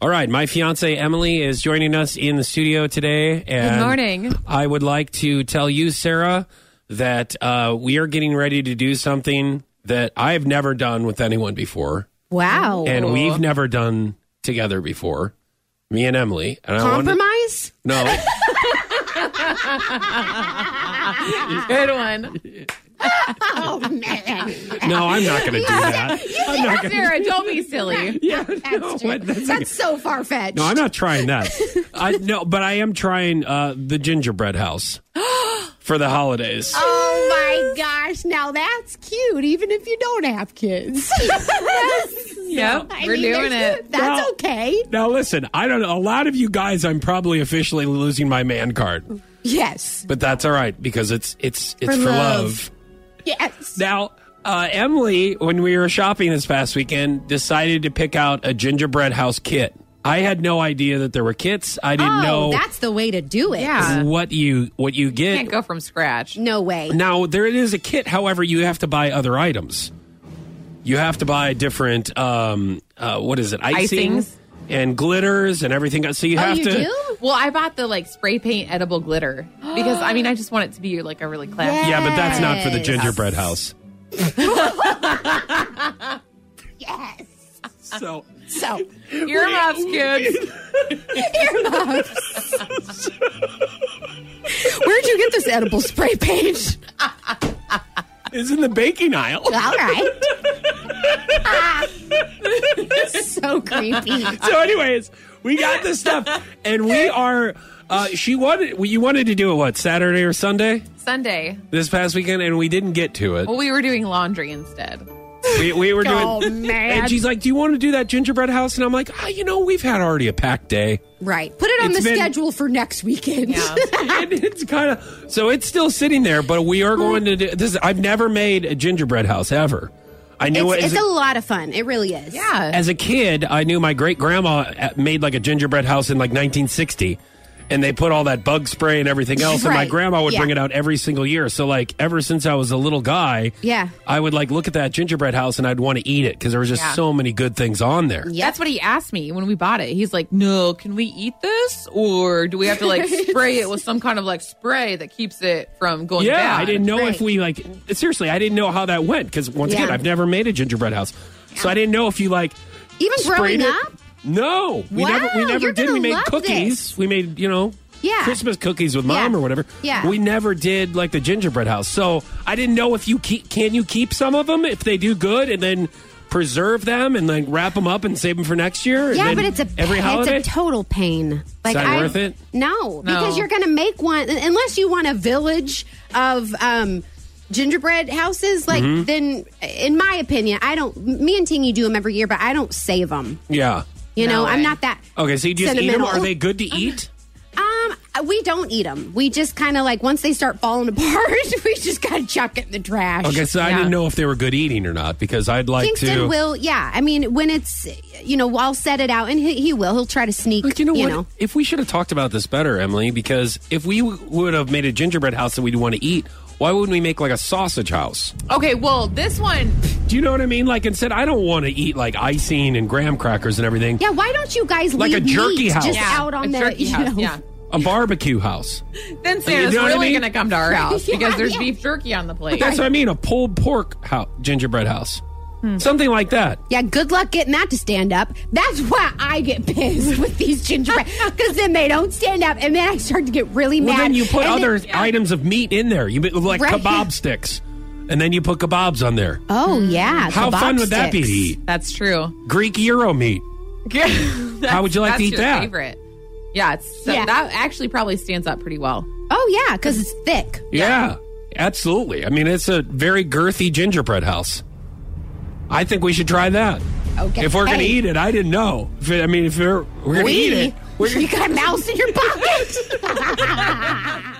All right, my fiance Emily is joining us in the studio today. And Good morning. I would like to tell you, Sarah, that uh, we are getting ready to do something that I've never done with anyone before, Wow. and we've never done together before. Me and Emily. And I wanted- Compromise? no. Good one. Oh, man. No, I'm not going to do that. I'm not going Sarah, don't be silly. Yeah, That's, no, true. what- That's, that's a- so far fetched. no, I'm not trying that. I, no, but I am trying uh, the gingerbread house for the holidays. Oh, my gosh. Now that's cute, even if you don't have kids. Yep, I we're mean, doing there's- it. That's Well- okay. Now, listen, I don't know. A lot of you guys, I'm probably officially losing my man card, Yes. but that's all right because it's it's it's for, For love. love. Yes. Now, uh, Emily, when we were shopping this past weekend, decided to pick out a gingerbread house kit. I had no idea that there were kits. I didn't oh, know that's the way to do it. Yeah. what you what you get. Can't go from scratch. No way. Now there it is a kit. However, you have to buy other items. You have to buy different. Um, uh, what is it? Icing Icings. and glitters and everything. else. So you Oh, have you to. do? Well, I bought the like spray paint edible glitter because I mean I just want it to be like a really classy. Yeah. Yeah, but that's not for the Yes. gingerbread house. Yes. So So, Earmuffs, kids. earmuffs. Where'd you get this edible spray paint? it's in the baking aisle. All right. Ah. so creepy. So, anyways, we got this stuff, and we are. Uh, she wanted you wanted to do it what Saturday or Sunday Sunday. this past weekend, and we didn't get to it. Well, we were doing laundry instead. We, we were doing. Oh, man. And she's like, "Do you want to do that gingerbread house?" And I'm like, "Ah, "You know, we've had already a packed day." Right. Put it on It's the been- schedule for next weekend. Yeah. and it's kind of so it's still sitting there, but we Hmm. are going to do this. I've never made a gingerbread house ever. I knew it's it as, it's a a, lot of fun. It really is. Yeah. as a kid. I knew my great grandma made like a gingerbread house in like 1960, and they put all that bug spray and everything else. And my Right. grandma would Yeah. bring it out every single year. So like ever since I was a little guy, Yeah. I would like look at that gingerbread house and I'd want to eat it because there was just Yeah. so many good things on there. Yeah. That's what he asked me when we bought it. He's like, "No, can we eat this, or do we have to like spray it with some kind of like spray that keeps it from going Yeah, bad?" I didn't know if Right. we like seriously. I didn't know how that went because once Yeah. again, I've never made a gingerbread house, so I didn't know if you like Even sprayed growing it. up? No, we Wow, never we never you're did. We gonna made love cookies. this. We made you know Yeah. Christmas cookies with mom Yeah. or whatever. Yeah. we never did like the gingerbread house. So I didn't know if you keep, can you keep some of them if they do good and then preserve them and then wrap them up and save them for next year. and Yeah, then but it's a every holiday. It's a total pain. Like that I, worth it? No, because you're going to make one unless you want a village of um, gingerbread houses. Like Mm-hmm. then, in my opinion, I don't. Me and Tingy do them every year, but I don't save them. yeah. You No know, I'm way. not that. Okay, so you just eat them. sentimental. Uh-huh. Are they good to eat? Um, we don't eat them. We just kind of like once they start falling apart, we just got to chuck it in the trash. Okay, so I Yeah. didn't know if they were good eating or not because I'd like Kingston to. will, yeah. I mean, when it's, you know, I'll set it out, and he, he will. He'll try to sneak. But you know what? If we should have talked about this better, Emily, because if we w- would have made a gingerbread house that we'd want to eat, why wouldn't we make like a sausage house? Okay, well, this one Do you know what I mean? Like instead, I don't want to eat like icing and graham crackers and everything. Yeah, why don't you guys Like a leave jerky meat house. just Yeah, out on a the jerky you house, know? yeah. A barbecue house. Then Santa's know what I really mean? going to come to our house Yeah, because there's yeah. beef jerky on the plate. That's what I mean. A pulled pork house, gingerbread house, Hmm. something like that. Yeah, good luck getting that to stand up. That's why I get pissed with these gingerbread because then they don't stand up, and then I start to get really Well, mad. then you put And other then- items of meat in there. You put, like Right. kebab sticks, and then you put kebabs on there. oh yeah, How kebab fun would that be to sticks. eat? That's true. Greek gyro meat. How would you like to eat that? Favorite. Yeah, it's, so Yeah. that actually probably stands up pretty well. Oh yeah, because it's thick. Yeah, absolutely. I mean, it's a very girthy gingerbread house. I think we should try that. Okay. If we're going to Hey. eat it, I didn't know. If it, I mean, if we're, we're going to eat it, you got a mouse in your pocket.